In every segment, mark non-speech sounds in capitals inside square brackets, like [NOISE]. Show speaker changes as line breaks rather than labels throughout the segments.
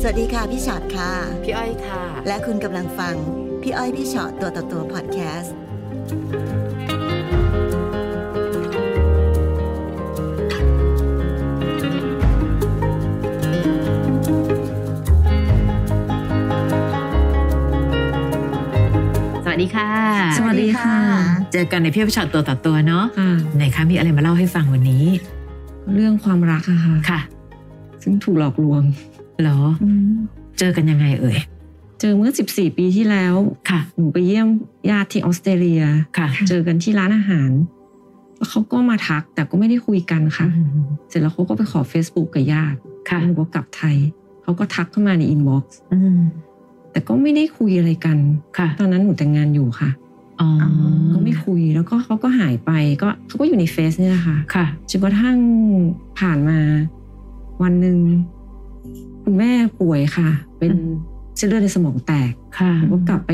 สวัสดีค่ะ พี่ชอตค่ะ
พี่อ้อยค่ะ
และคุณกำลังฟัง พี่อ้อยพี่ชอตตัวต่อตัวพอดแคสต์
สวัสดีค่ะ
สวัสดีค่ะ
เจอกันในพี่อ้อยพี่ชอตตัวต่อตัวเนาะ
ค่ะ
ไหนคะมีอะไรมาเล่าให้ฟังวันนี้
เรื่องความรักอะค่ะ
ค่ะ
ซึ่งถูกหลอกลวง
เหรอเจอกันยังไงเอ่ย
เจอเมื่อ 14 ปีที่แล้ว
ค่ะ
หนูไปเยี่ยมญาติที่ออสเตรเลีย
ค่ะ
เจอกันที่ร้านอาหารแล้วเขาก็มาทักแต่ก็ไม่ได้คุยกันค่ะ
อืม
เสร็จแล้วเขาก็ไปขอ Facebook กับญาติ
ค่ะ
หนูก็กลับไทย เขาก็ทักเข้ามาในอินบ็อกซ์
อืม
แต่ก็ไม่ได้คุยอะไรกัน
ค่ะ
ตอนนั้นหนูแต่งงานอยู่ค่ะ
อ๋อ
ก็ไม่คุยแล้วก็เขาก็หายไปก็เขาก็อยู่ในเฟซเนี่ยแหละค่ะ
ค่ะ
จนกระทั่งผ่านมาวันหนึ่งคุณแม่ป่วยค่ะ เป็น
อืม
เส้นเลือดในสมองแตก
ค่ะ
ผมก็กลับไป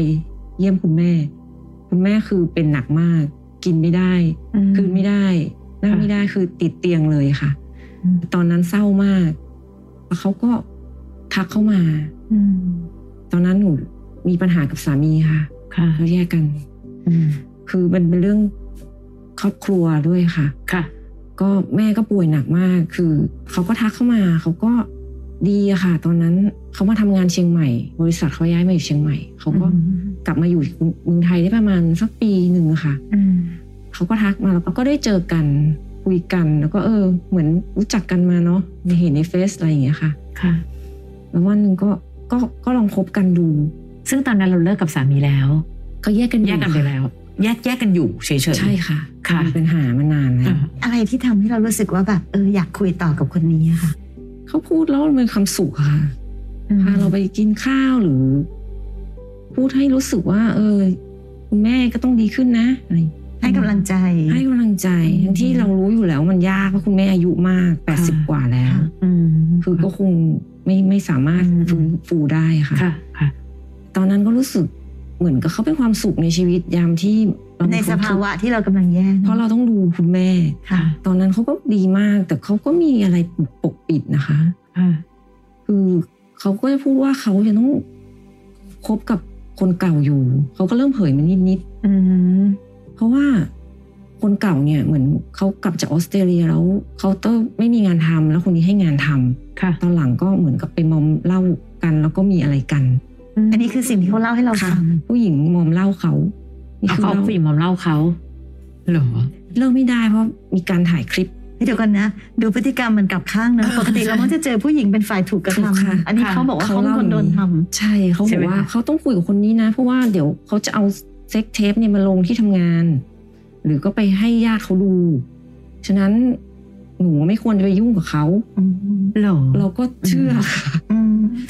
เยี่ยมคุณแม่ คุณแม่คือเป็นหนักมาก กินไม่ได้
ม
คืนไม่ได้นั่ง
ค่ะ
ไม่ได้คือติดเตียงเลยค่ะ
อืม
ตอนนั้นเศร้ามากแล้วเขาก็ทักเข้ามา
อืม
ตอนนั้นหนูมีปัญหากับสามีค่ะ
ค่ะ
เราแยกกัน
อืม
คือมันเป็นเรื่องครอบครัวด้วยค่ะ
ค่ะ
ก็แม่ก็ป่วยหนักมาก คือเขาก็ทักเข้ามา เขาก็ดีอะค่ะ ตอนนั้นเขามาทำงานเชียงใหม่ บริษัทเขาย้ายมาอยู่เชียงใหม่ เขาก็
อืม
กลับมาอยู่เมืองไทยได้ประมาณสักปีหนึ่งอะค่ะ
อืม
เขาก็ทักมาแล้วก็ได้เจอกันคุยกัน แล้วก็เออ เหมือนรู้จักกันมาเนาะเห็นในเฟซอะไรอย่างเงี้ยค่ะ
ค่ะ
แล้ววันหนึ่งก็ก็ก็ลองคบกันดู
ซึ่งตอนนั้นเราเลิกกับสามีแล้ว
ก็แยกกันอ
แยกกันไปแล้ว แยกแยกกันอยู่เฉยๆ
ใช่ค่ะ
ค่ะ
มีปัญหามานานแล้
อ่าว
อะไรที่ทำให้เรารู้สึกว่าแบบเอออยากคุยต่อกับคนนี้อะค่ะ
เขาพูดแล้วมันเป็นคำสุขอะค่ะ พาเราไปกินข้าวหรือ พูดให้รู้สึกว่า เออคุณแม่ก็ต้องดีขึ้นนะอะไร
ให้กำลังใจ
ให้กำลังใจ
อืม
ทั้งที่เรารู้อยู่แล้วมันยากเพราะคุณแม่อายุมากแปดสิบ
ค่ะ
กว่าแล้ว
ค่ะ
อืม
คือก็คงไม่ไม่สามารถ
อืม
ฟื้นฟูได้ค่ะ
ค่ะ ค่ะ
ตอนนั้นก็รู้สึกเหมือนกับเขาเป็นความสุขในชีวิตยามที่เร
ใน
มีค
ส
ม
ภา
ทุกข์
วะที่เรากำลังแย่
เพราะเราต้องดูคุณแม่
ค่ะ
ตอนนั้นเขาก็ดีมาก แต่เขาก็มีอะไรปกปิดนะคะ
ค่ะ
คือเขาก็จะพูดว่าเขายังต้องคบกับคนเก่าอยู่ เขาก็เริ่มเผยมานิด
อืม
ๆ เพราะว่าคนเก่าเนี่ยเหมือนเขากลับจากออสเตรเลียแล้วเขาต้องไม่มีงานทำแล้วคนนี้ให้งานทำ
ค่ะ
ตอนหลังก็เหมือนกับไปมอมเหล้ากัน แล้วก็มีอะไรกัน
อันนี้คือสิ่งที่เขาเล่าให้เรา
ค่ะ
ฟัง
ผู้หญิงมอมเหล้าเขานี่
เอา
คือ
เขาเอา
เรา
ผู้หญิงมอมเหล่าเขาเหรอ
เลิกไม่ได้เพราะมีการถ่ายคลิป
เฮ้ยเดี๋ยวก่อนนะ ดูพฤติกรรมมันกลับข้างนะปกติเรามักจะเจอผู้หญิงเป็นฝ่ายถูกกระ
ถูกค่ะ
ทำอันนี้
ค่ะ
เขาบอกว่าเขาเป็
ล่
นคนโดนทำ
ใช่เขา
ใช่
บอ
ไหม
กว่า
คะ
เขาต้องคุยกับคนนี้นะ เพราะว่าเดี๋ยวเขาจะเอาเซ็กเทปเนี่ยมาลงที่ทำงาน หรือก็ไปให้ญาติเขาดู ฉะนั้นหนูไม่ควรจะไปยุ่งกับเขา
เหรอ
เราก็เชื่อค่ะ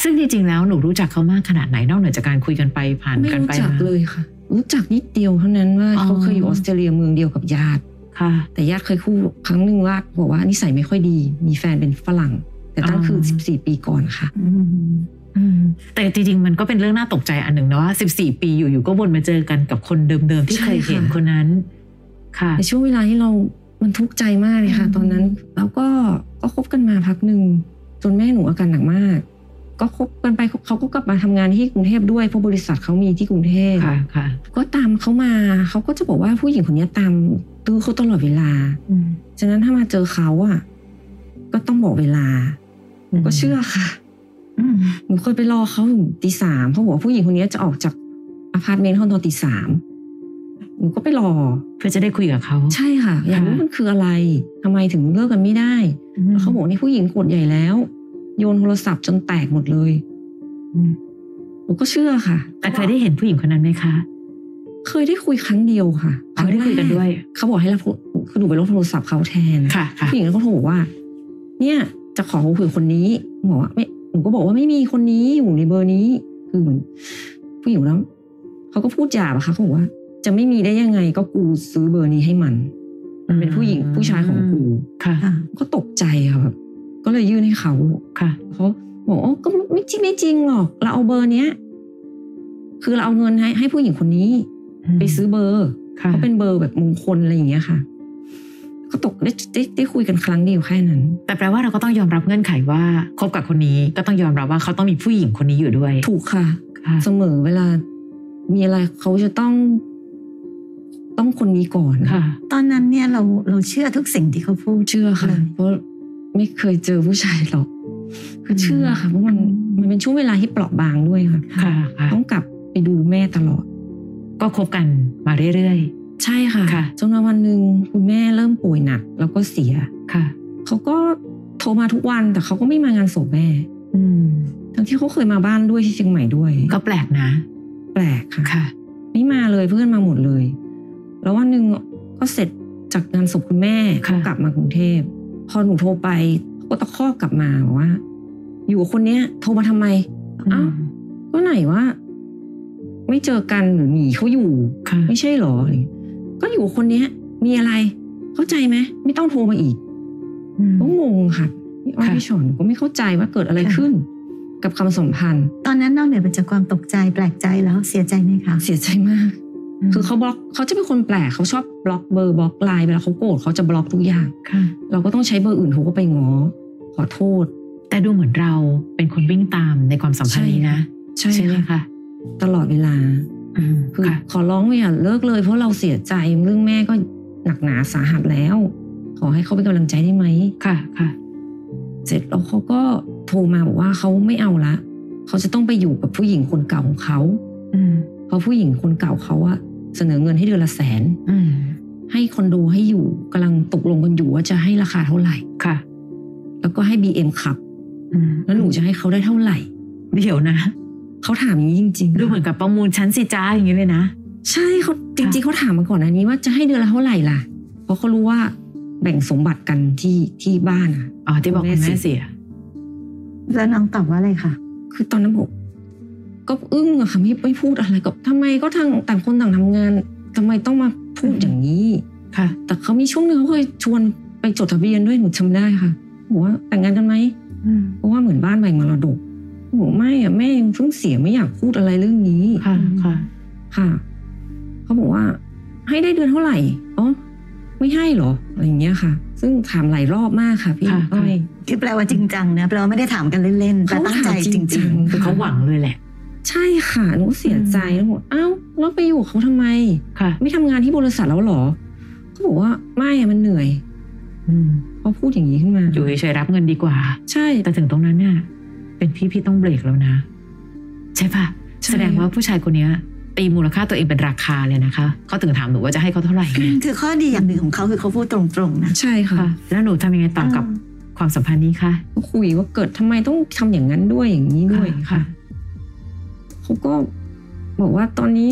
ซึ่งจริงๆ แล้วหนูรู้จักเขามากขนาดไหนนอกเหนือจากการคุยกันไปผ่าน
ไม่
กัน
รู้
ไป
จัก
มา
เลยค่ะ รู้จักนิดเดียวเท่านั้นว่า
อ๋อ
เขาเคยอยู่ออสเตรเลียเมืองเดียวกับญาติ
ค่ะ
แต่ญาติเคยคู่ครั้งหนึ่งว่าบอกว่านิสัยไม่ค่อยดี มีแฟนเป็นฝรั่ง แต่ตั้งคือ
อ๋อ
14 ปีก่อนค่ะ
แต่จริงๆ มันก็เป็นเรื่องน่าตกใจอันหนึ่งนะว่า 14 ปีอยู่ๆ ก็วนมาเจอกันกับคนเดิมๆ ที่
ใช่
เคยเห็น
ค่ะ
คนนั้น ค่ะ
ในช่วงเวลาที่เรา มันทุกข์ใจมากเลยค่ะ
อืม
ตอนนั้น แล้วก็ ก็คบกันมาพักหนึ่ง จนแม่หนูอาการหนักมาก ก็คบกันไปเขาก็กลับมาทำงานที่กรุงเทพด้วยเพราะบริษัทเขามีที่กรุงเทพ
ค่ะ ค่ะ
ก็ตามเขามา เขาก็จะบอกว่าผู้หญิงคนเนี้ยตามตื้อเขาตลอดเวลา ฉะนั้นถ้ามาเจอเขาอ่ะ ก็ต้องบอกเวลา หนูก็เชื่อค่ะ หนูเคยไปรอเขาถึงตีสามเขาบอกว่าผู้หญิงคนเนี้ยจะออกจากอพาร์ตเมนต์เขาตอนตีสาม หนูก็ไปรอ
เพื่อจะได้คุยกับเขา
ใช่ค่ะ อยากรู้
ค่ะ
มันคืออะไรทำไมถึงเลิกกันไม่ได้แล้วเขาบอกนี่ผู้หญิงกดใหญ่แล้ว โยนโทรศัพท์จนแตกหมดเลย
อืม
หนูก็เชื่อค่ะ
แต่เคยได้เห็นผู้หญิงคนนั้นไหมคะ
เคยได้คุยครั้งเดียวค่ะ
เขาได้คุยกันด้วย
เขาบอกให้รับโทรคือหนูไปรับโทรศัพท์เขาแทน
ค่ะ ค่ะ
ผู้หญิงก็โทรบอกว่า เนี่ย จะขอคุยกับคนนี้บอกว่าไม่หนูก็บอกว่าไม่มีคนนี้อยู่ในเบอร์นี้ คือเหมือนผู้หญิงคนนั้นเขาก็พูดหยาบอะค่ะเขาบอกว่า จะไม่มีได้ยังไงก็กูซื้อเบอร์นี้ให้มัน มันเป็นผู้หญิง
อืม
ผู้ชายของกู
ค่ะ
ก็ตกใจค่ะแบบก็เลยยื่นให้เขา
ค่ะ
เขาบอกอ๋อก็ไม่จริงไม่จริงหรอกเราเอาเบอร์เนี้ย คือเราเอาเงินให้ให้ผู้หญิงคนนี้ ไปซื้อเบอร์
ค่ะ
เขาเป็นเบอร์แบบมงคลอะไรอย่างเงี้ยค่ะ ก็ตกได้ได้ได้คุยกันครั้งเดียวแค่นั้น
แต่แปลว่าเราก็ต้องยอมรับเงื่อนไขว่าคบกับคนนี้ก็ต้องยอมรับว่าเขาต้องมีผู้หญิงคนนี้อยู่ด้วย
ถูกค่ะ
ค่ะ
เสมอเวลา มีอะไรเขาจะต้อง ต้องคนนี้ก่อน
ค่ะ
ตอนนั้นเนี่ยเราเราเชื่อทุกสิ่งที่เขาพูด
เชื่อค่ะ
ค่ะ
เพราะไม่เคยเจอผู้ชายหรอกคือเชื่อค่ะเพราะมัน
อืม
มันเป็นช่วงเวลาที่เปราะบางด้วยค่ะ
ค่ะค่ะ
ต้องกลับไปดูแม่ตลอด
ก็คบกันมาเรื่อย
ใช่ค่ะ
ค่ะ
จนมาวันหนึ่งคุณแม่เริ่มป่วยหนัก แล้วก็เสีย
ๆ ค่ะ
เขาก็โทรมาทุกวันแต่เขาก็ไม่มางานศพแม่
อืม
ทั้งที่เขาเคยมาบ้านด้วยที่เชียงใหม่ด้วย
ก็แปลกนะ
แปลกค่ะ
ค่ะ
ไม่มาเลยเพื่อนมาหมดเลย แล้ววันหนึ่งก็เสร็จจากงานศพคุณแม่
ค่ะ
ก็กลับมากรุงเทพ พอหนูโทรไปเขาก็ตะคอกกลับมาบอกว่า อยู่กับคนเนี้ย โทรมาทำไม อ้าว ก็ไหนว่า ไม่เจอกันหรือหนีเขาอยู่
ค่ะ
ไม่ใช่เหรออะไรอย่างเงี้ยก็อยู่กับคนเนี้ย มีอะไร เข้าใจไหมไม่ต้องโทรมาอีก
อืม
ก็งงค่ะพี่อ้อย
ค่ะ
พี่ชอนก็ไม่เข้าใจว่าเกิดอะไร
ค่ะ
ขึ้น กับความสัมพันธ์
ตอนนั้นนอกเหนือไปจากความตกใจแปลกใจแล้วเสียใจไหมคะ
เสียใจมาก คือเขาบล็อกเขาจะเป็นคนแปลกเขาชอบบล็อกเบอร์บล็อกไลน์เวลาเขาโกรธเขาจะบล็อกทุกอย่าง
ค่ะ
เราก็ต้องใช้เบอร์อื่นโทรเข้าไปง้อขอโทษ
แต่ดูเหมือนเราเป็นคนวิ่งตามในความสัมพันธ์นี้นะ
ใช่
ไหม
ค่ะ
คะ
ตลอดเวลา
อืม
คือ
ค่ะ
ขอร้องว่าอย่าเลิกเลย เพราะเราเสียใจเรื่องแม่ก็หนักหนาสาหัสแล้ว ขอให้เขาเป็นกำลังใจได้ไหม
ค่ะค่ะ
เสร็จแล้วเขาก็โทรมาบอกว่าเขาไม่เอาละเขาจะต้องไปอยู่กับผู้หญิงคนเก่าของเขา
อืม
เพราะผู้หญิงคนเก่าเขาอะเสนอเงินให้เดือนละแสน
อืม
ให้คอนโดให้อยู่กำลังตกลงกันอยู่ว่าจะให้ราคาเท่าไหร่
ค่ะ
แล้วก็ให้ BM ขับ
อืม
แล้วหนูจะให้เขาได้เท่าไหร่
เดี๋ยวนะ
เขาถามอย่างนี้จริงๆ
ดูเหมือนกับประมูลชั้นสิจ้าอย่างนี้เลยนะ
ใช่เขาจริง ๆเขาถามมาก่อนอันนี้ว่าจะให้เดือนละเท่าไหร่ล่ะ เพราะเขารู้ว่าแบ่งสมบัติกันที่ที่บ้านอ่ะ
อ๋อ ที่บอกคุณแม่เสีย
แล้วน้องตอบว่าอะไรคะ
คือตอนนั้นผมก็อึ้งอะค่ะไม่ไม่พูดอะไรกับทำไมก็ทางต่างคนต่างทำงานทำไมต้องมาพูดอย่างนี้
ค่ะ
แต่เขามีช่วงหนึ่งเขาเคยชวนไปจดทะเบียนด้วยหนูจำได้ค่ะบอกว่าแต่งงานกันไหม เพราะว่าเหมือนบ้านแบ่งมรดกบอกไม่อะแม่ยังเพิ่งเสียไม่อยากพูดอะไรเรื่องนี้
ค่ะ ค่ะ
ค่ะ เขาบอกว่า ให้ได้เดือนเท่าไหร่อ๋อไม่ให้เหรออะไรอย่างเงี้ยค่ะ ซึ่งถามหลายรอบมากค่ะพี่
ค่ะ
อ้อย
คือแปลว่าจริงจังนะแปลว่าไม่ได้ถามกันเล่นๆแต่
เขา
ตั้งใจ
ถาม
จ
จริงๆ
ริง
คือเขาหวังเลยแหละ
ใช่ค่ะหนูเสียใจแล้วบอกอ้าวแล้วไปอยู่กับเขาทำไม
ค่ะ
ไม่ทำงานที่บริษัทแล้วเหรอเขาบอกว่าไม่อะมันเหนื่อย
อืม
พอพูดอย่างนี้ขึ้นมา
อยู่เฉยๆรับเงินดีกว่า
ใช่
แต่ถึงตรงนั้นเนี่ยเป็นพี่พี่ต้องเบรกแล้วนะ ใช่ปะ
ใช่
แสดงว่าผู้ชายคนเนี้ย ตีมูลค่าตัวเองเป็นราคาเลยนะคะเขาถึงถามหนูว่าจะให้เขาเท่าไหร่ไง
ๆ คือข้อดีอย่างหนึ่งของเขาคือเขาพูดตรงๆนะ
ใช่ค่ะ
ค่ะ แล้วหนูทำยังไงต่อกับความสัมพันธ์นี้คะ
ก็คุยว่าเกิดทำไมต้องทำอย่างนั้นด้วยอย่างนี้ด้วย
ค่ะ
เขาก็บอกว่าตอนนี้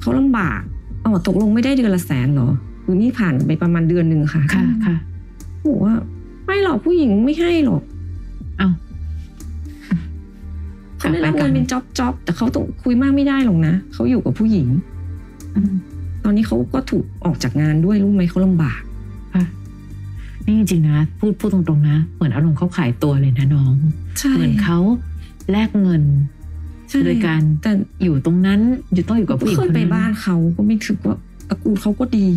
เขาลำบากอ๋อตกลงไม่ได้เดือนละแสนเหรอคือนี่ผ่านไปประมาณเดือนหนึ่งค่ะ
ค่ะ ค่ะ
บอกว่าไม่หรอกผู้หญิงไม่ให้หรอก
เอ้า
เขาได้รับเงินเป็นจ็อบจ็อบแต่เขาต้องคุยมากไม่ได้หรอกนะเขาอยู่กับผู้หญิง
อืม
ตอนนี้เขาก็ถูกออกจากงานด้วยรู้ไหมเขาลำบาก
ค่ะ นี่จริงๆนะ พูดพูดตรงๆนะ เหมือนอารมณ์เขาขายตัวเลยนะน้อง
ใช่
เหมือนเขาแลกเงิน
ใช่
โดยการ
แต่
อยู่ตรงนั้น อยู่ต้องอยู่กับผู้หญิง
เคย
คน
ไป
นั้น
บ้านเขาก็ไม่คิดว่าตระกูลเขาก็ดี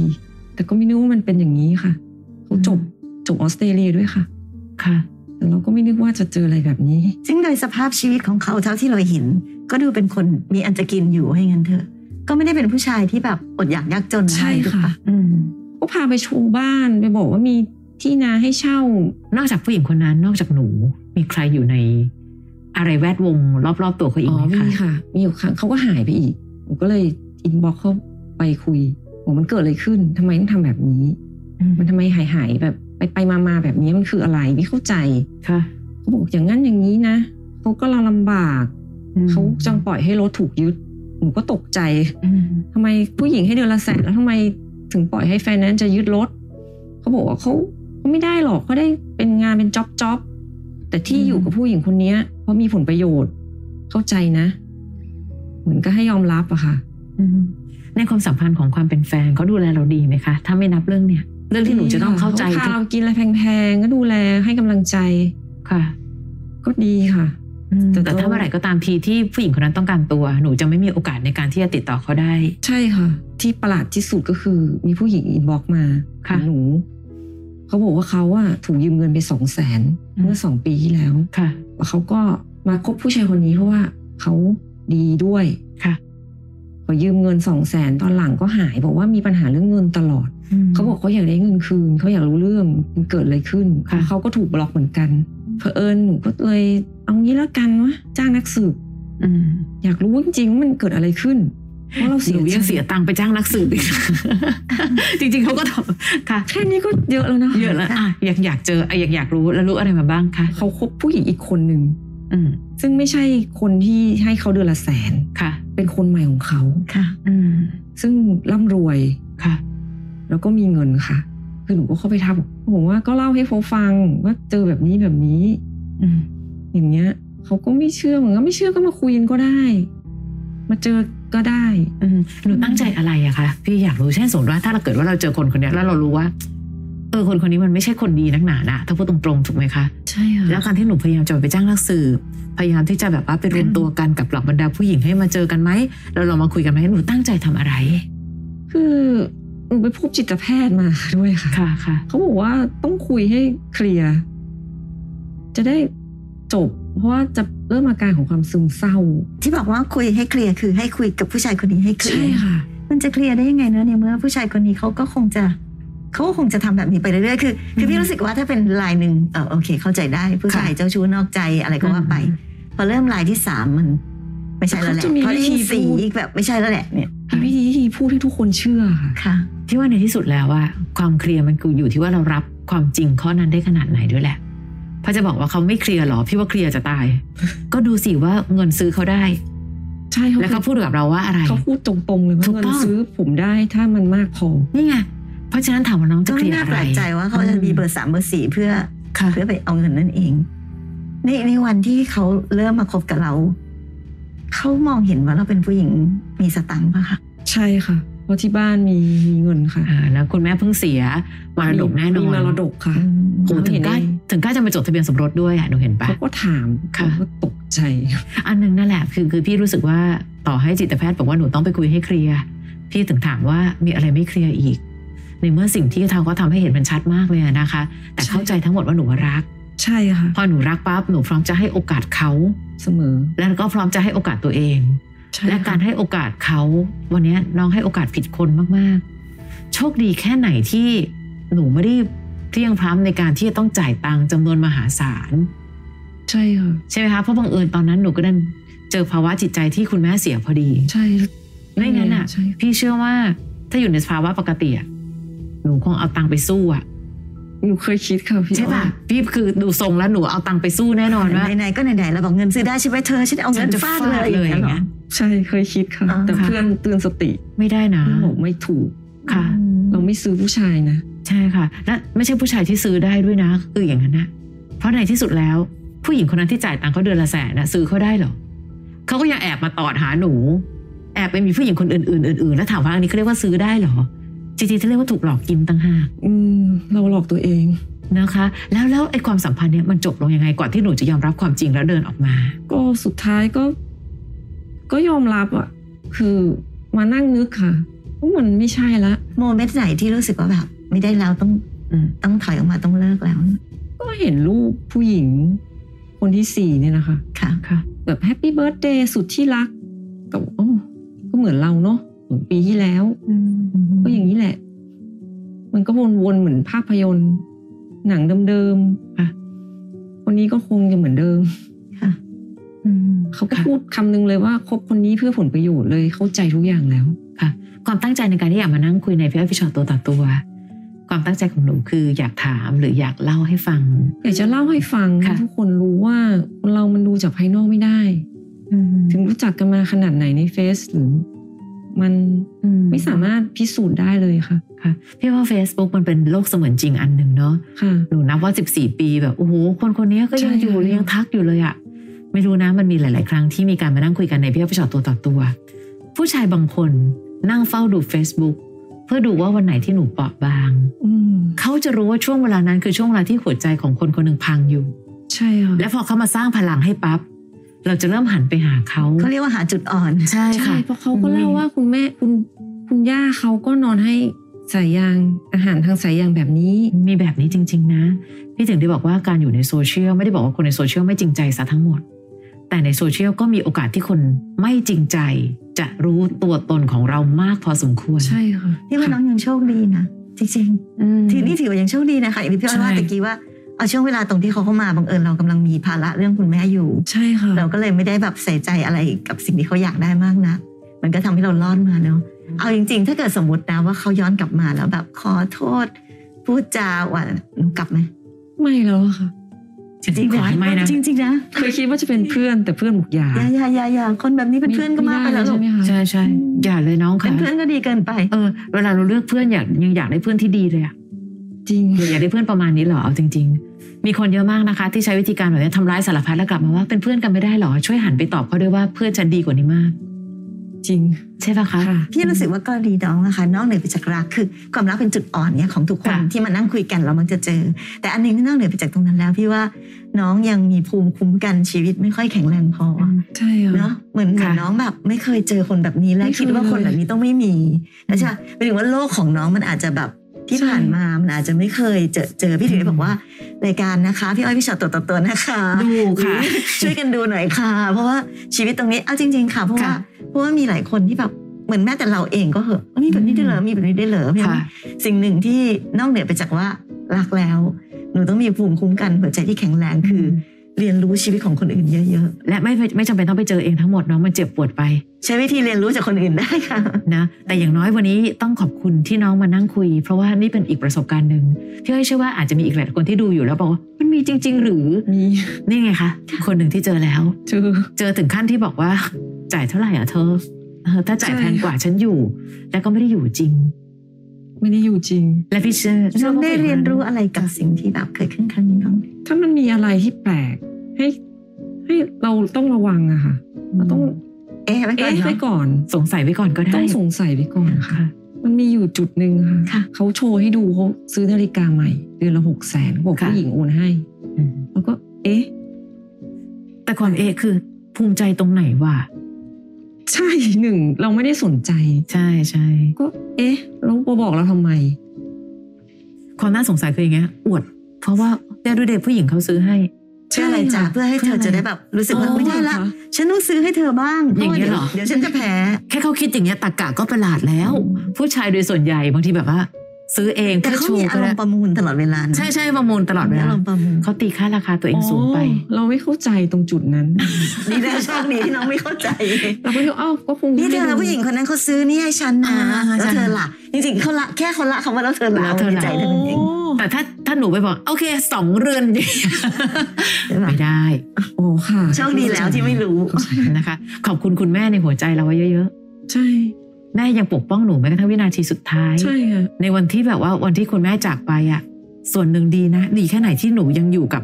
แต่ก็ไม่นึกว่ามันเป็นอย่างนี้ค่ะเขาจบจบออสเตรเลียด้วยค่ะ
ค่ะ
แต่เราก็ไม่นึกว่าจะเจออะไรแบบนี้
ซึ่งโดยสภาพชีวิตของเขาเท่าที่เราเห็น ก็ดูเป็นคนมีอันจะกินอยู่ให้งั้นเถอะ ก็ไม่ได้เป็นผู้ชายที่แบบอดอยากยากจนอะไร
ใช่
ถูก
ค่ะ
ปะ
อืม
ก็พาไปโชว์บ้านไปบอกว่ามีที่นาให้เช่า
นอกจากผู้หญิงคนนั้นนอกจากหนู มีใครอยู่ใน อะไรแวดวง รอบๆตัวเขาอีก
อ๋อ
ไหมคะ
มีค่ะ มีอยู่ครั้งเขาก็หายไปอีกผมก็เลยอินบ็อกเข้าไปคุยว่ามันเกิดอะไรขึ้นทำไมต้องทำแบบนี้
อื
มันทำไมหายหายๆแบบไปไปมามาๆแบบนี้มันคืออะไรไม่เข้าใจ
ค่ะ
เขาบอกอย่างนั้นอย่างนี้นะเขาก็เราลำบาก
อืม
เขาจังปล่อยให้รถถูกยึดหนูก็ตกใจ
อืม
ทำไมผู้หญิงให้เดือนละแสนแล้วทำไมถึงปล่อยให้แฟนนั้นจะยึดรถเขาบอกว่าเขาเขาไม่ได้หรอกเขาได้เป็นงานเป็นจ็อบจ็อบๆแต่ที่อยู่กับผู้หญิงคนเนี้ยเพราะมีผลประโยชน์เข้าใจนะ เหมือนก็ให้ยอมรับอะค่ะ
อืมในความสัมพันธ์ของความเป็นแฟนเขาดูแลเราดีไหมคะ ถ้าไม่นับเรื่องเนี่ย เรื่องที่หนูจะต้องเข้าใจ
ค่ะ
ทุ
พาก เรากินอะไรแพงๆ ก็ดูแลให้กำลังใจ
ค่ะ
ก็ดีค่ะ
อืม
แต่
แต่
ก็
ถ้าเมื่อไหร่ก็ตามทีที่ผู้หญิงคนนั้นต้องการตัว หนูจะไม่มีโอกาสในการที่จะติดต่อเขาได้
ใช่ค่ะ ที่ประหลาดที่สุดก็คือมีผู้หญิงอินบ็อกซ์มา
ค่ะ
หาหนู เขาบอกว่าเขาอะถูกยืมเงินไปสองแสนเมื่อสองปีที่แล้ว
ค่ะ
เขาก็มาคบผู้ชายคนนี้เพราะว่าเขาดีด้วย
ค่ะ
พอยืมเงินสองแสนตอนหลังก็หาย บอกว่ามีปัญหาเรื่องเงินตลอด เขาบอกเขาอยากได้เงินคืนเขาอยากรู้เรื่องมันเกิดอะไรขึ้น
ค่ะ
เขาก็ถูกบล็อกเหมือนกันเผอิญหนูก็เลยเอางี้แล้วกันวะจ้างนักสืบ
อืม
อยากรู้ว่าจริงๆว่ามันเกิดอะไรขึ้นเพราะเราเสี
ห
ย
นูยัง
ใจ
เสียตังค์ไปจ้างนักสืบอีก [LAUGHS] จริงๆเขาก็ทำค่ะ
แค่นี้ก็เยอะแล้วนะ
เยอะแล้วอ่ะอยากอยากเจออ่ะอยากอยากรู้แล้วรู้อะไรมาบ้างคะ
เขาคบผู้หญิงอีกคนหนึ่ง
อืม
ซึ่งไม่ใช่คนที่ให้เขาเดือนละแสน
ค่ะ
เป็นคนใหม่ของเขา
ค่ะ
อืม
ซึ่งร่ำรวย
ค่ะ
แล้วก็มีเงินค่ะ คือหนูก็เข้าไปทักผมว่าก็เล่าให้เขาฟังว่าเจอแบบนี้แบบนี้
อืม
อย่างเงี้ยเขาก็ไม่เชื่อเหมือนกันไม่เชื่อก็มาคุยกันก็ได้ มาเจอก็ได้
อืมหนูตั้งใจอะไรอะคะพี่อยากรู้เช่นสมมติว่าถ้าเราเกิดว่าเราเจอคนคนเนี้ยแล้วเรารู้ว่า เออคนคนนี้มันไม่ใช่คนดีนักหนานะถ้าพูดตรงๆถูกไหมคะ
ใช่ค่ะ
แล้วการที่หนูพยายามจะไปจ้างนักสืบพยายามที่จะแบบว่าไปรวม
อืม
ตัวกันกับเหล่าบรรดาผู้หญิงให้มาเจอกันไหมแล้วเรามาคุยกันไหมหนูตั้งใจทำอะไร
คือหนูไปพบจิตแพทย์มาด้วยค่ะ
ค่ะค่ะ
เขาบอกว่าต้องคุยให้เคลียร์จะได้จบ เพราะว่าจะเริ่มอาการของความซึมเศร้า
ที่บอกว่าคุยให้เคลียร์คือให้คุยกับผู้ชายคนนี้ให้เคลียร์
ค่ะ
มันจะเคลียร์ได้ยังไงเนอะในเมื่อผู้ชายคนนี้เขาก็คงจะเขาก็คงจะทำแบบนี้ไปเรื่อยๆคือคือ
อื
พี่
ม
รู้สึกว่าถ้าเป็นลายหนึ่งเออโอเค เข้าใจได้ผู้ชาย
ค่ะ
เจ้าชู้นอกใจอะไรก็ว่าไป
อืม
พอเริ่มลายที่สามมัน ไม่ใช่แล้วแหละ
เขาจะมี
พอ
วิ
ได้
ธี
ยินสี
พูด
อีกแบบไม่ใช่แล้วแหละเนี่ย
มีวิธีที่พูดให้ทุกคนเชื่อค่ะ
ค่ะ
พี่ว่าในที่สุดแล้วว่าความเคลียร์มันคืออยู่ที่ว่าเรารับความจริงข้อนั้นได้ขนาดไหนด้วยแหละพอจะบอกว่าเขาไม่เคลียร์หรอ พี่ว่าเคลียร์จะตาย [LAUGHS] ก็ดูสิว่าเงินซื้อเขาได้
ใช่เขา
แล้วเขาพูดกับเราว่าอะไร
เขาพูดตรงๆเลยว่า
ถูก
เงิน
ต้อง
ซื้อผมได้ถ้ามันมากพอ
นี่ไงเพราะฉะนั้นถามว่าน้อง
ก็
จะเค
ไม่
ลียร์
น่า
อะ
แป
ไร
ลกใจว่าเขาจะมีเบอร์สามเบอร์สี่เพื่อ
ค่ะ
เพื่อไปเอาเงินนั่นเอง ในในวันที่เขาเริ่มมาคบกับเรา เขามองเห็นว่าเราเป็นผู้หญิงมีสตังค์ปะคะ
ใช่ค่ะ เพราะที่บ้านมีมีเงินค่ะ
อ่าแล้วคุณแม่เพิ่งเสียมรดกแน่นอน
มีมรดกค่ะ
อืม
โอ้โหถึงกล้าถึงกล้าจะมาจดทะเบียนสมรสด้วยอ่ะหนูเห็นปะ
เขาก็ถาม
ค่ะ
ผมก็ตกใจ
อันหนึงนั่นแหละคือคือพี่รู้สึกว่าต่อให้จิตแพทย์บอกว่าหนูต้องไปคุยให้เคลียร์พี่ถึงถามว่ามีอะไรไม่เคลียร์อีก ในเมื่อสิ่งที่ทางเขาทำให้เห็นมันชัดมากเลยอะนะคะ แต่
ใช่
เข้าใจทั้งหมดว่าหนูรัก
ใช่ค่ะ
พอหนูรักปั๊บหนูพร้อมจะให้โอกาสเขา
เสมอ
แล้วก็พร้อมจะให้โอกาสตัวเอง
ใช่ค่
และการให้โอกาสเขา วันนี้น้องให้โอกาสผิดคนมากๆ โชคดีแค่ไหนที่หนูไม่ได้เพรียงพร้ำในการที่จะต้องจ่ายตังค์จำนวนมหาศาล
ใช่ค่ะ
ใช่ไหมคะเพราะบังเอิญตอนนั้นหนูก็ดันเจอภาวะจิตใจที่คุณแม่เสียพอดี
ใช่
ไม่งั้นอ่ะ
ใช่
พี่เชื่อว่าถ้าอยู่ในสภาวะปกติอ่ะหนูคงเอาตังค์ไปสู้อ่ะ
หนูเคยคิดค่ะพี่
ใช่
อ้
ป่ะ
อย
พี่คือดูทรงแล้วหนูเอาตังค์ไปสู้แน่นอนว่า
ไหนๆก็ไหนๆเราบอกเงินซื้อได้ใช่ไหมเธอฉันเอาเงินฟาดเลย
ฉันจะฟาดเลยอย่างเงี้ย
หร
ใช่เคยคิดค่ะ
อ่า
แต่
ค่ะ
เพื่อนเตือนสติ
ไม่ได้นะ
เพื่อนบอกไม่ถูก
ค่ะ
เราไม่ซื้อผู้ชายนะ
ใช่ค่ะ และไม่ใช่ผู้ชายที่ซื้อได้ด้วยนะคืออย่างนั้นนะเพราะในที่สุดแล้ว ผู้หญิงคนนั้นที่จ่ายตังค์เขาเดือนละแสนนะซื้อเขาได้เหรอเขาก็ยังแอบมาตอดหาหนู แอบไปมีผู้หญิงคนอื่นๆอื่นๆแล้วถามว่าอันนี้เขาเรียกว่าซื้อได้เหรอจริงๆเขาเรียกว่าถูกหลอกกินต่างหาก
อืม เราหลอกตัวเอง
นะคะแล้วแล้วไอ้ความสัมพันธ์เนี่ยมันจบลงยังไงกว่าที่หนูจะยอมรับความจริงแล้วเดินออกมา
ก็สุดท้ายก็ ก็ยอมรับอ่ะ คือมานั่งนึกค่ะว่ามันไม่ใช่ละ
โมเมนต์ไหนที่รู้สึกว่าแบบ ไม่ได้แล้วต้อง
อืม
ต้องถอยออกมาต้องเลิกแล้ว
ก็เห็นรูปผู้หญิง คนที่สี่เนี่ยนะคะ
ค่ะ
ค่ะ
แบบแฮปปี้เบิร์ a เดย์สุดที่รักกับโอ้ก็เหมือนเราเนาะเหมือนปีที่แล้ว ก็อย่างนี้แหละ มันก็วนๆเหมือนภาพยนตร์ หนังเดิมๆ
ค่ะ
คนนี้ก็คงจะเหมือนเดิม
ค่ะ
เขาก็พูดคำนึงเลยว่าคบคนนี้เพื่อผลประโยชน์เลยเข้าใจทุกอย่างแล้ว
ความตั้งใจในการที่อยากมานั่งคุยในพี่อ้อยพี่ชอตตัวต่อตัว ความตั้งใจของหนูคืออยากถามหรืออยากเล่าให้ฟัง
อยากจะเล่าให้ฟัง
ค่ะ
ให้ทุกคนรู้ว่าคนเรามันดูจากภายนอกไม่ได้ ถึงรู้จักกันมาขนาดไหนในเฟซหรือ มันไม่สามารถพิสูจน์ได้เลยค่ะ
ค่ะพี่ว่า Facebook มันเป็นโลกเสมือนจริงอันหนึ่งเนาะ
ค่ะ
หนูนับว่า 14 ปีแบบโอ้โหคนคนนี้ก็ยัง
ใช่
อยู่
ค่ะ
ยังทักอยู่เลยอะไม่รู้นะมันมีหลาย ๆ ครั้งที่มีการมานั่งคุยกันในพี่อ้อยพี่ชอตตัวต่อตัว ผู้ชายบางคนนั่งเฝ้าดู Facebook เพื่อดูว่าวันไหนที่หนูเปราะบาง
อืม
เขาจะรู้ว่าช่วงเวลานั้นคือช่วงเวลาที่หัวใจของคนคนหนึ่งพังอยู่
ใช่ค่ะ
และพอเขามาสร้างพลังให้ปั๊บ เราจะเริ่มหันไปหาเขา
เขาเรียกว่าหาจุดอ่อน
ใช่
ใช่
ค่ะ
เพราะเขาก็เล่า
อืม
ว่าคุณแม่คุณคุณย่าเขาก็นอนให้ สายยางอาหารทางสายยางแบบนี้
มีแบบนี้จริง ๆ นะ พี่ถึงได้บอกว่าการอยู่ในโซเชียลไม่ได้บอกว่าคนในโซเชียลไม่จริงใจซะทั้งหมด แต่ในโซเชียลก็มีโอกาสที่คนไม่จริงใจ จะรู้ตัวตนของเรามากพอสมควร
ใช่ค่ะ
นี่ว่าน้องยังโชคดีนะจริง
อืม
ๆทีนี้ถือว่ายังโชคดีนะคะอย่างที่พี่อ้อยว่า
ใช่
ตะกี้ว่าเอาช่วงเวลาตรงที่เขาเข้ามาบังเอิญเรากำลังมีภาระเรื่องคุณแม่อยู่
ใช่ค่ะ
เราก็เลยไม่ได้แบบใส่ใจอะไรกับสิ่งที่เขาอยากได้มากนะ มันก็ทำให้เรารอดมาเนาะ เอาจริง ๆ ถ้าเกิดสมมตินะว่าเขาย้อนกลับมาแล้วแบบขอโทษ พูดจาหวานหนูกลับไหม
ไม่แล้วอะค่ะ
จริงๆ
ขอให้ไม่นะ
จริงๆนะ
เคยคิดว่าจะเป็นเพื่อนแต่เพื่อนบอกอย่า
อย่าอย่าอย่าอย่าคนแบบนี้เป็นเพื่อนก็มากไปแล้ว
ด้
ลู
ใช่
ก
ไหมคะ
ใช่ใช่อย่าเลยน้อง
เป็
ค่ะ
นเพื่อนก็ดีเกินไป
เออเวลาเราเลือกเพื่อนอยากยังอยากได้เพื่อนที่ดีเลยอะ
จริง
อยากได้เพื่อนประมาณนี้เหรอเอาจริง ๆ มีคนเยอะมากนะคะ ที่ใช้วิธีการแบบนี้ทำร้ายสารพัดแล้วกลับมาว่าเป็นเพื่อนกันไม่ได้เหรอช่วยหันไปตอบเขาด้วยว่าเพื่อนฉันดีกว่านี้มาก
จริง
ใช่ปะคะ
ค่ะ
พี่รู้สึกว่ากรณีน้องนะคะนอกเหนือไปจากรักคือความรักเป็นจุดอ่อนเนี่ยของทุกคน
ค่ะ
ที่มานั่งคุยกันเรามักจะเจอ แต่อันหนึงที่นอกเหนือไปจากตรงนั้นแล้ว พี่ว่าน้องยังมีภูมิคุ้มกันชีวิตไม่ค่อยแข็งแรงพอ
ใช่ค่ะ
เนาะเหมือนเหมือน
ค่ะ
น้องแบบไม่เคยเจอคนแบบนี้และ
ไม่เคย
คิดว่าคนแบบนี้ต้องไม่มีนะใช่หมายถึงว่าโลกของน้องมันอาจจะแบบที่
ใช่
ผ่านมามันอาจจะไม่เคยเจอเจอพี่ถึงได้บอกว่ารายการนะคะ พี่อ้อยพี่ชอตตัวต่อตัวนะคะ
ดูค่ะ
ช่วยกันดูหน่อยค่ะ เพราะว่าชีวิตตรงนี้เอาจริง ๆ ค่ะ เพราะว่า
ค่ะ
เพราะว่ามีหลายคนที่แบบเหมือนแม้แต่เราเองก็เหอะมีแบบนี้ได้เหรอมีแบบนี้ได้เหรอเพราะฉะนั้
ค่ะ
นสิ่งหนึ่งที่นอกเหนือไปจากว่ารักแล้ว หนูต้องมีภูมิคุ้มกันหัวใจที่แข็งแรงคืออเรียนรู้ชีวิตของคนอื่นเยอะ
และไม่ไม่จำเป็นต้องไปเจอเองทั้งหมดน้องมันเจ็บปวดไป
ๆ ใช้วิธีเรียนรู้จากคนอื่นได้ค่ะ
นะ แต่อย่างน้อยวันนี้ต้องขอบคุณที่น้องมานั่งคุย เพราะว่านี่เป็นอีกประสบการณ์หนึ่งพี่อ้อยเชื่อว่าอาจจะมีอีกหลายคนที่ดูอยู่แล้วบอกว่ามันมีจริง ๆ หรือ
มี [LAUGHS]
นี่ไงคะคนหนึ่งที่เจอแล้ว
เจอ
เจอถึงขั้นที่บอกว่า จ่ายเท่าไหร่อ่ะเธอเออถ้าจ่าย
ใช่
แพงกว่าฉันอยู่ แล้วก็ไม่ได้อยู่จริง
ไม่ได้อยู่จริง
และพี่เชื่อ
น้องได้เรียนรู้อะไรกับสิ่งที่แบบเกิดขึ้นครั้งนี้น้อง
ถ้ามันมีอะไรที่แปลก ให้ ให้เราต้องระวังอะค่ะเราต้อง
เอ๊ะไว้ก่อน
เอ๊ะไป
เนาะ
ก่อน
สงสัยไว้ก่อนก็ได้
ต้องสงสัยไปก่อนค่ะ
ค่ะ
มันมีอยู่จุดหนึ่งค่ะ
ค่ะ
เขาโชว์ให้ดูเขาซื้อนาฬิกาใหม่ เดือนละหกแสนบอก
ค่ะ
ผู้หญิงโอนให้
อืม
แล้วก็ เอ๊ะ
แต่ความเอะคือ ภูมิใจตรงไหนวะ
ใช่หนึ่งเราไม่ได้สนใจ
ใช่ใช่
ก็ เอ๊ะแล้วมาบอกเราทำไม
ความน่าสงสัยคืออย่างเงี้ยอวด เพราะว่าเดดูเดทผู้หญิงเขาซื้อให้
เพื่ออะไรจ้ะเพื่อให้เธอจะได้แบบรู้สึกว่า
โอ้
ไม่ได้ละ
ค่ะ
ฉันต้องซื้อให้เธอบ้าง
อย่างเงี้ย
พะว่ดี๋ว
เหรอ
เดี๋ยวฉันจะแพ้
แค่เขาคิดอย่างเงี้ยตะกะก็ประหลาดแล้ว
อืม
ผู้ชายโดยส่วนใหญ่บางทีแบบว่า ซื้อเอง
แต่เขา
เพื่อโช
มี
ว์
อา
ก็
ร
ได้
มณ์ประมูลตลอดเวลานะ
ใช่ใช่ประมูลตลอดเว
มี
ลา
อารมณ์ประมูล
เขาตีค่าราคาตัวเองสูงไป
อ๋อเราไม่เข้าใจตรงจุด
[LAUGHS]
นั้น
ดีแล้วโชคดีที่น้องไม่เข้าใจ
เราก็คิดว่าอ้าวก็คง
นี่เธ
ไม่
อ
ได้
ผู้หญิงคนนั้นเขาซื้อนี่ให้ฉันนะ
อ่า
แล้ว
ใช่
เธอล่ะจริงๆเขาละแค่เขาละคำว่าแล้วเธอละ
แล้วเธอ
ใน
ล่ะ
ใจ
โ
เท่านั้นเอง
อ้
แต่ถ้าถ้าหนูไปบอกโอเคสองเรือน [LAUGHS] ดี
ใช่ปะ
ไม่ได้
โอ้ค่ะ
โชคดีแล้วที่ไม่รู้
นะคะ ขอบคุณคุณแม่ในหัวใจเราไว้เยอะ
ใช่
ๆ แม่ยังปกป้องหนูแม้กระทั่งวินาทีสุดท้าย
ใช่ค่ะ
ในวันที่แบบว่าวันที่คุณแม่จากไปอะส่วนหนึ่งดีนะ ดีแค่ไหนที่หนูยังอยู่กับ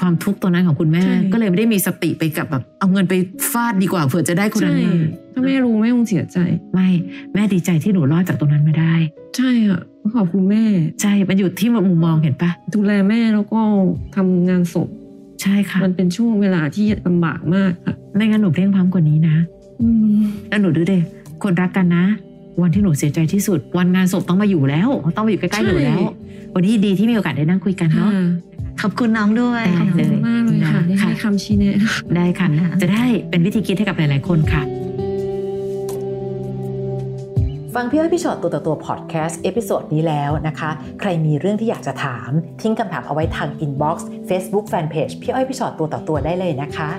ความทุกข์ตอนนั้นของคุณแม่
ใช่
ก็เลยไม่ได้มีสติไปกับแบบเอาเงินไปฟาดดีกว่าเผื่อจะได้คน
ใช่
นั้นมา
ถ้าแม่รู้แม่คงเสียใจ
ไม่แม่ดีใจที่หนูรอดจากตรงนั้นมาได้
ใช่ค่ะขอบคุณแม่
ใช่มันอยู่ที่มุมมองเห็นปะ
ดูแลแม่แล้วก็ทำงานศพ
ใช่ค่ะ
มันเป็นช่วงเวลาที่ลำบากมากค่ะ
ไม่งั้นหนูเพลียงพล้ำกว่านี้นะ
อืม
แล้วหนูดูเด็คนรักกันนะ วันที่หนูเสียใจที่สุด วันงานศพต้องมาอยู่แล้ว ต้องมาอยู่ใกล้ๆหนูแล้ว วันนี้ดีที่มีโอกาสได้นั่งคุยกันเนาะ
ค่ะ
ขอบคุณน้องด้วย
ได้
ขอบคุณมากเลยค่ะที่ให้คำชี้แนะ
ได้ค่ะ
ค่ะ
จะได้เป็นวิธีคิดให้กับหลายๆคนค่ะ
ฟังพี่อ้อยพี่ชอตตัวต่อตัวพอดแคสต์เอพิโซดนี้แล้วนะคะ ใครมีเรื่องที่อยากจะถาม ทิ้งคำถามเอาไว้ทางอินบ็อกซ์เฟซบุ๊กแฟนเพจพี่อ้อยพี่ชอตตัวต่อตัวได้เลยนะคะ